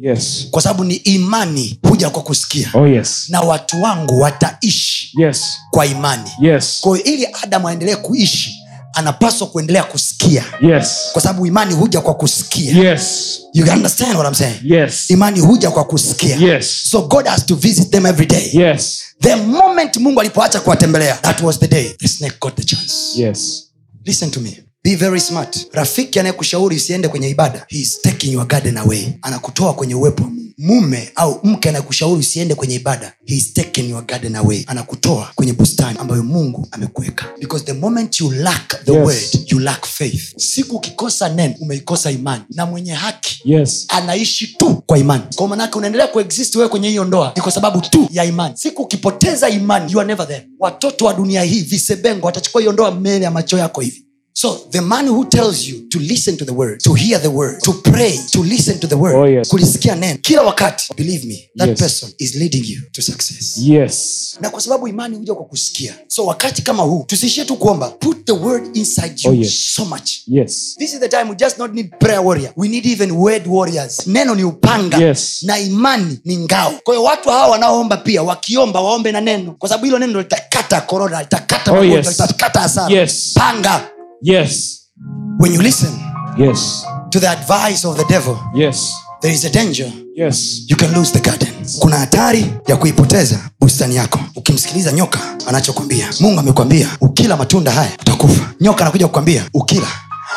Yes. kwa sababu ni imani huja kwa kusikia Oh, yes. na watu wangu wataishi Yes. kwa imani Yes. kwa hiyo ili adamu aendelee kuishi anapaswa kuendelea kusikia Yes. kwa sababu imani huja kwa kusikia Yes. you can understand what I'm saying? Yes. imani huja kwa kusikia Yes. so god has to visit them every day Yes. the moment mungu alipoacha kuwatembelea that was the day the snake got the chance Yes. listen to me be very smart rafiki anayekushauri usiende kwenye ibada he is taking your garden away anakutoa kwenye uwepo wa Mungu. mume au mke anayekushauri usiende kwenye ibada he is taking your garden away anakutoa kwenye bustani ambayo mungu amekuweka because the moment you lack the Yes. word you lack faith siku ukikosa neno umeikosa imani na mwenye haki Yes. anaishi tu kwa imani kwa manake unaendelea kuexist wewe kwenye hiyo ndoa ni kwa sababu tu ya imani siku ukipoteza imani you are never there watoto wa dunia hii visebengo watachukua hiyo ndoa mbele ya macho yako hivi so the man who tells you to listen to the word to hear the word to pray to listen to the word Oh, yes. kulisikia neno kila wakati believe me that Yes. person is leading you to success Yes. na kwa sababu imani huja kwa kusikia so wakati kama huu tusiishie tu kuomba put the word inside you Oh, yes. so much Yes. this is the time we just not need prayer warrior we need even word warriors neno ni upanga Yes. na imani ni ngao kwa hiyo watu hawa wanaoomba pia wakiomba waombe na neno kwa sababu hilo neno ndo litakata korona litakata Oh, magonjwa, yes. litakata hasara Yes. panga Yes. when you listen Yes. to the advice of the devil Yes. there is a danger Yes. you can lose the garden kuna hatari ya kuipoteza bustani yako ukimsikiliza nyoka anachokwambia mungu amekwambia ukila matunda haya utakufa nyoka anakuja kukwambia ukila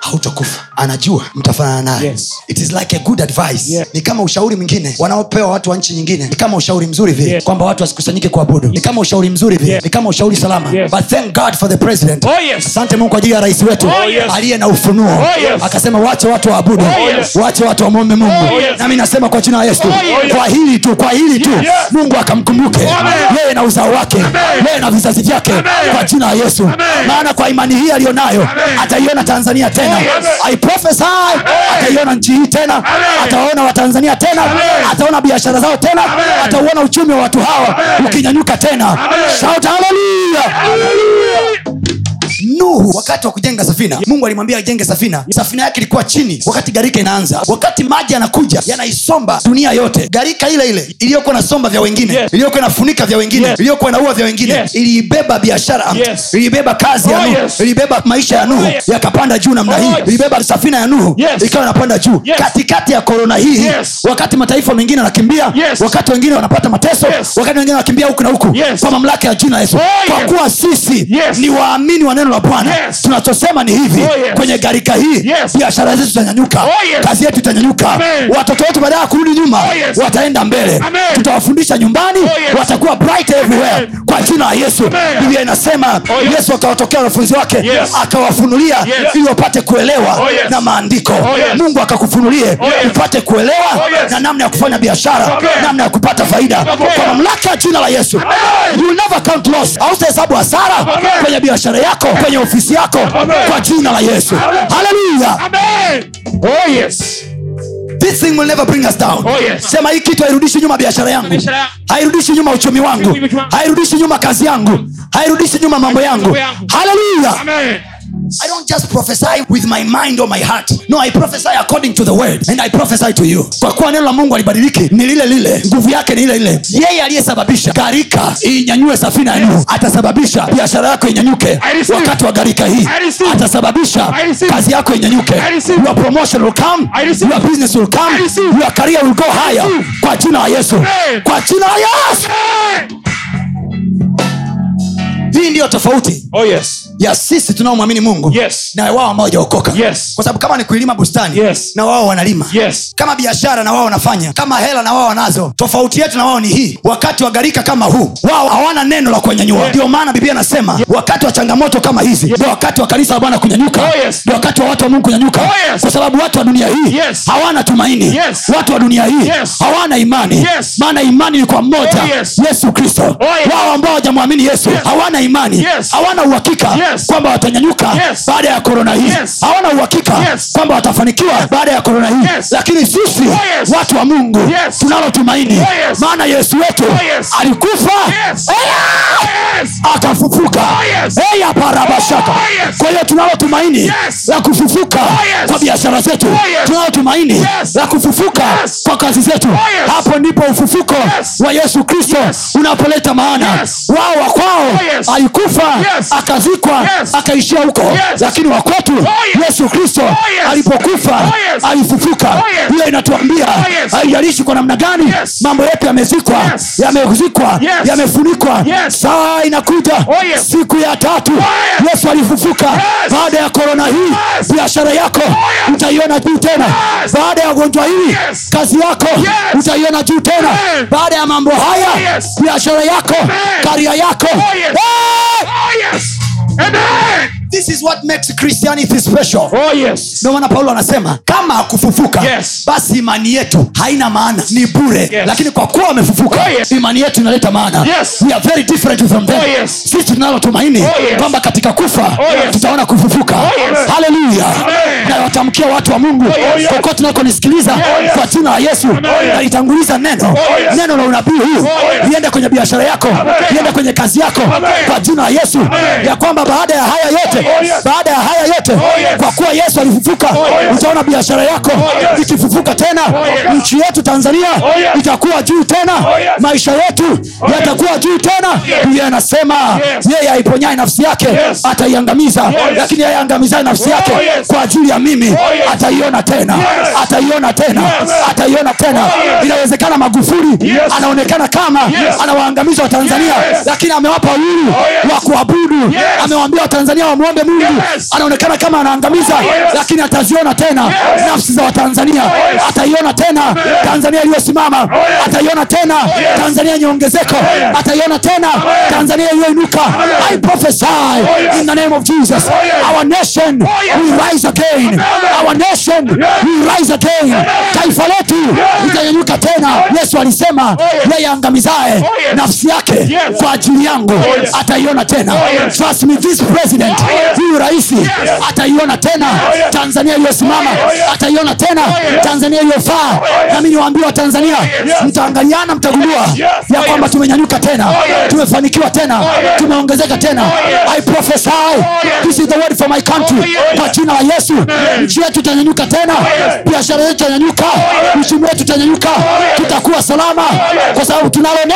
hautakufa anajua mtafanana naye Yes. it is like a good advice Yeah. ni kama ushauri mwingine wanaopewa watu wa nchi nyingine ni kama ushauri mzuri vile Yeah. kwamba watu wasikusanyike kuabudu ni kama ushauri mzuri vile Yeah. ni kama ushauri salama Yes. but thank god for the president Oh, yes. asante mungu kwa ajili ya rais wetu Oh, yes. aliye na ufunuo Oh, yes. akasema wache watu waabudu Oh, yes. wache watu wamwombe mungu Oh, yes. Oh, nami nasema kwa jina la yesu yes. kwa hili tu kwa hili tu Yes. mungu akamkumbuke Amen. yeye na uzao wake Amen. yeye na vizazi vyake Amen. kwa jina la yesu maana kwa imani hii aliyonayo ataiona tanzania tena Oh, I prophesy, ataiona nchi hii tena ataona watanzania tena ataona biashara zao tena atauona uchumi wa watu hawa ukinyanyuka tena shout hallelujah nuhu wakati wa kujenga safina mungu alimwambia ajenge safina safina yake ilikuwa chini wakati garika inaanza wakati maji yanakuja yanaisomba dunia yote garika ile ile iliyokuwa nasomba vya wengine Yes. iliyokuwa inafunika vya wengine Yes. iliyokuwa inaua vya wengine Yes. iliibeba biashara Yes. iliibeba kazi ya Oh, nuhu yes. ilibeba maisha ya nuhu Oh, yes. yakapanda juu namna Oh, hii yes. ilibeba safina ya nuhu Yes. ikawa inapanda juu Yes. katikati ya korona hii Yes. wakati mataifa mengine wanakimbia Yes. wakati wengine wanapata mateso Yes. wakati wengine wanakimbia huku na huku Yes. kwa mamlaka ya jina yesu Oh, kwa yes. kuwa sisi Yes. ni waamini wa neno la bwana Yes. tunachosema ni hivi Oh, yes. kwenye garika hii Yes. biashara zetu zitanyanyuka Oh, yes. kazi yetu itanyanyuka Amen. watoto wetu baadaye ya kurudi nyuma Oh, yes. wataenda mbele Amen. Oh, tutawafundisha nyumbani yes. watakuwa bright everywhere Amen. kwa jina la yesu Amen. biblia inasema Oh, yes. yesu akawatokea wanafunzi wake Yes. akawafunulia Yes. ili wapate kuelewa Oh, yes. na maandiko yes. Oh, mungu akakufunulie yes. upate kuelewa Oh, yes. na namna ya kufanya biashara Okay. namna ya kupata faida Okay. kwa mamlaka ya jina la yesu Amen. You will never count loss hautahesabu hasara Amen. kwenye biashara yako kwenye ofisi yako Amen. kwa jina la yesu haleluya Amen. Oh, yes. This thing will never bring us down. Oh, yes. sema hii kitu hairudishi nyuma biashara yangu Biashara yangu. hairudishi nyuma uchumi wangu hairudishi nyuma kazi yangu hairudishi nyuma mambo yangu Mambo yangu. haleluya Amen. I don't just prophesy with my mind or my heart. No, I prophesy according to the word and I prophesy to you. Kwa kuwa neno la Mungu alibadiliki ni lile lile, nguvu yake ni ile ile. Yeye aliyesababisha gharika inyanyue safina ya Nuhu atasababisha biashara yako inyanyuke I receive. wakati wa gharika hii, I receive. atasababisha I receive. kazi yako inyanyuke. I receive. Your promotion will come, I receive. your business will come, I receive. your career will go higher. receive. Kwa jina la Yesu, Amen. kwa jina la Yesu. Amen. Hii ndiyo tofauti Oh, yes. ya sisi tunaomwamini mungu Yes. na wao ambao wajaokoka Yes. kwa sababu kama ni kuilima bustani Yes. na wao wanalima Yes. kama biashara na wao wanafanya kama hela na wao wanazo tofauti yetu na wao ni hii wakati wa gharika kama huu wao hawana neno la kuwanyanyua Yeah. ndio maana biblia anasema wakati wa changamoto kama hizi ndio wakati wa kanisa la bwana kunyanyuka Oh, yes. ndio wakati wa watu wa mungu kunyanyuka Oh, yes. kwa sababu watu wa dunia hii Yes. hawana tumaini Yes. watu wa dunia hii Yes. hawana imani Yes. maana imani ni kwa mmoja Oh, yes. yesu kristo yes. wao ambao hawajamwamini yesu Yes. hawana imani Yes. hawana uhakika Yes. kwamba watanyanyuka Yes. baada ya korona hii Yes. hawana uhakika Yes. kwamba watafanikiwa baada ya korona hii Yes. Oh, lakini sisi Yes. watu wa mungu Yes. Oh, tunalo tumaini Yes. Oh, maana yesu wetu Yes. alikufa Yes. Oh, Ea! Yes. Oh, akafufuka Yes. oh, Eya parabashaka Yes. kwa hiyo tunalo tumaini Yes. Oh, la kufufuka Yes. kwa biashara zetu Yes. tunalo tumaini Yes. la kufufuka Yes. Oh, kwa kazi zetu Yes. hapo ndipo ufufuko Yes. wa yesu kristo Yes. unapoleta maana Yes. Oh, wao wa kwao Yes. alikufa Yes. akazikwa Yes. akaishia huko Yes. Oh, lakini wakwetu Yes. yesu kristo Yes. Oh, alipokufa Yes. alifufuka Yes. Oh, hiyo inatuambia Yes. haijalishi kwa namna gani Yes. mambo yetu yamezikwa Yes. yamezikwa Yes. yamefunikwa Yes. saa inakuja Oh, yes. Oh, siku ya tatu yes. yesu alifufuka Yes. baada ya korona hii Yes. Oh, biashara yako yes. utaiona juu tena Yes. baada ya ugonjwa hii Yes. kazi yako Yes. utaiona juu tena Amen. Oh, baada ya mambo haya Yes. biashara yako Amen. karia yako Oh, yes. Eh! Oh, yes. Amen. This is what makes Christianity special. Oh, yes. ndio maana paulo anasema kama hakufufuka Yes. basi imani yetu haina maana ni bure Yes. lakini kwa kuwa wamefufuka Oh, yes. imani yetu inaleta maana Yes. We are very different from them Oh, yes. sisi tunalotumaini Oh, yes. kwamba katika kufa Oh, yes. tutaona kufufuka Oh, yes. haleluya Amen. na watamkia watu wa mungu Oh, yes. Oh, kokote tunakonisikiliza yes. Oh, kwa jina la yesu yes. nalitanguliza neno Oh, yes. Oh, neno la unabii huu yes. liende kwenye biashara yako liende kwenye kazi yako Amen. kwa jina la yesu Amen. ya kwamba baada ya haya yote Oh, yes. baada ya haya yote Oh, yes. Oh, kwa kuwa yesu alifufuka yes. Oh, utaona biashara yako yes. Oh, ikifufuka tena yes. nchi yetu tanzania Oh, yes. itakuwa juu tena yes. maisha yetu yatakuwa juu tena biblia anasema Yes. yeye aiponyaye nafsi yake Yes. Oh, ataiangamiza lakini yeye angamizaye nafsi yake yes. Oh, kwa ajili ya mimi yes. ataiona tena Yes. ataiona tena Yes. Oh, ataiona tena yes. inawezekana magufuli Yes. anaonekana kama anawaangamiza watanzania Yes. Oh, lakini amewapa uhuru yes. wa kuabudu Yes. amewaambia watanzania wamwombe mungu Yes. Oh, anaonekana kama anaangamiza yes. lakini ataziona tena nafsi za watanzania ataiona tena tanzania iliyosimama ataiona tena tanzania yenye ongezeko ataiona tena tanzania iliyoinuka i prophesy in the name of jesus our nation will rise again our nation will rise again taifa letu litanyanyuka tena yesu alisema yeye angamizaye nafsi yake kwa ajili yangu ataiona tena trust me this president huyu rais ataiona tena tanzania iliyosimama ataiona tena tanzania iliyofaa nami niwaambia watanzania mtaangaliana mtagundua ya kwamba tumenyanyuka tena tumefanikiwa tena tumeongezeka tena i prophesy this is the word for my country kwa jina la yesu nchi yetu itanyanyuka tena biashara yetu itanyanyuka uchumi wetu itanyanyuka tutakuwa salama kwa sababu tunalo neno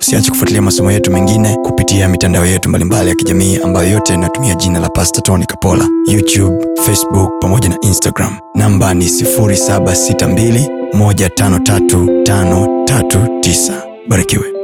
usiache kufuatilia masomo yetu mengine kupitia mitandao yetu mbalimbali ya kijamii ambayo yote inatumia jina la pasta tony kapola youtube facebook pamoja na instagram namba ni 762153539 barikiwe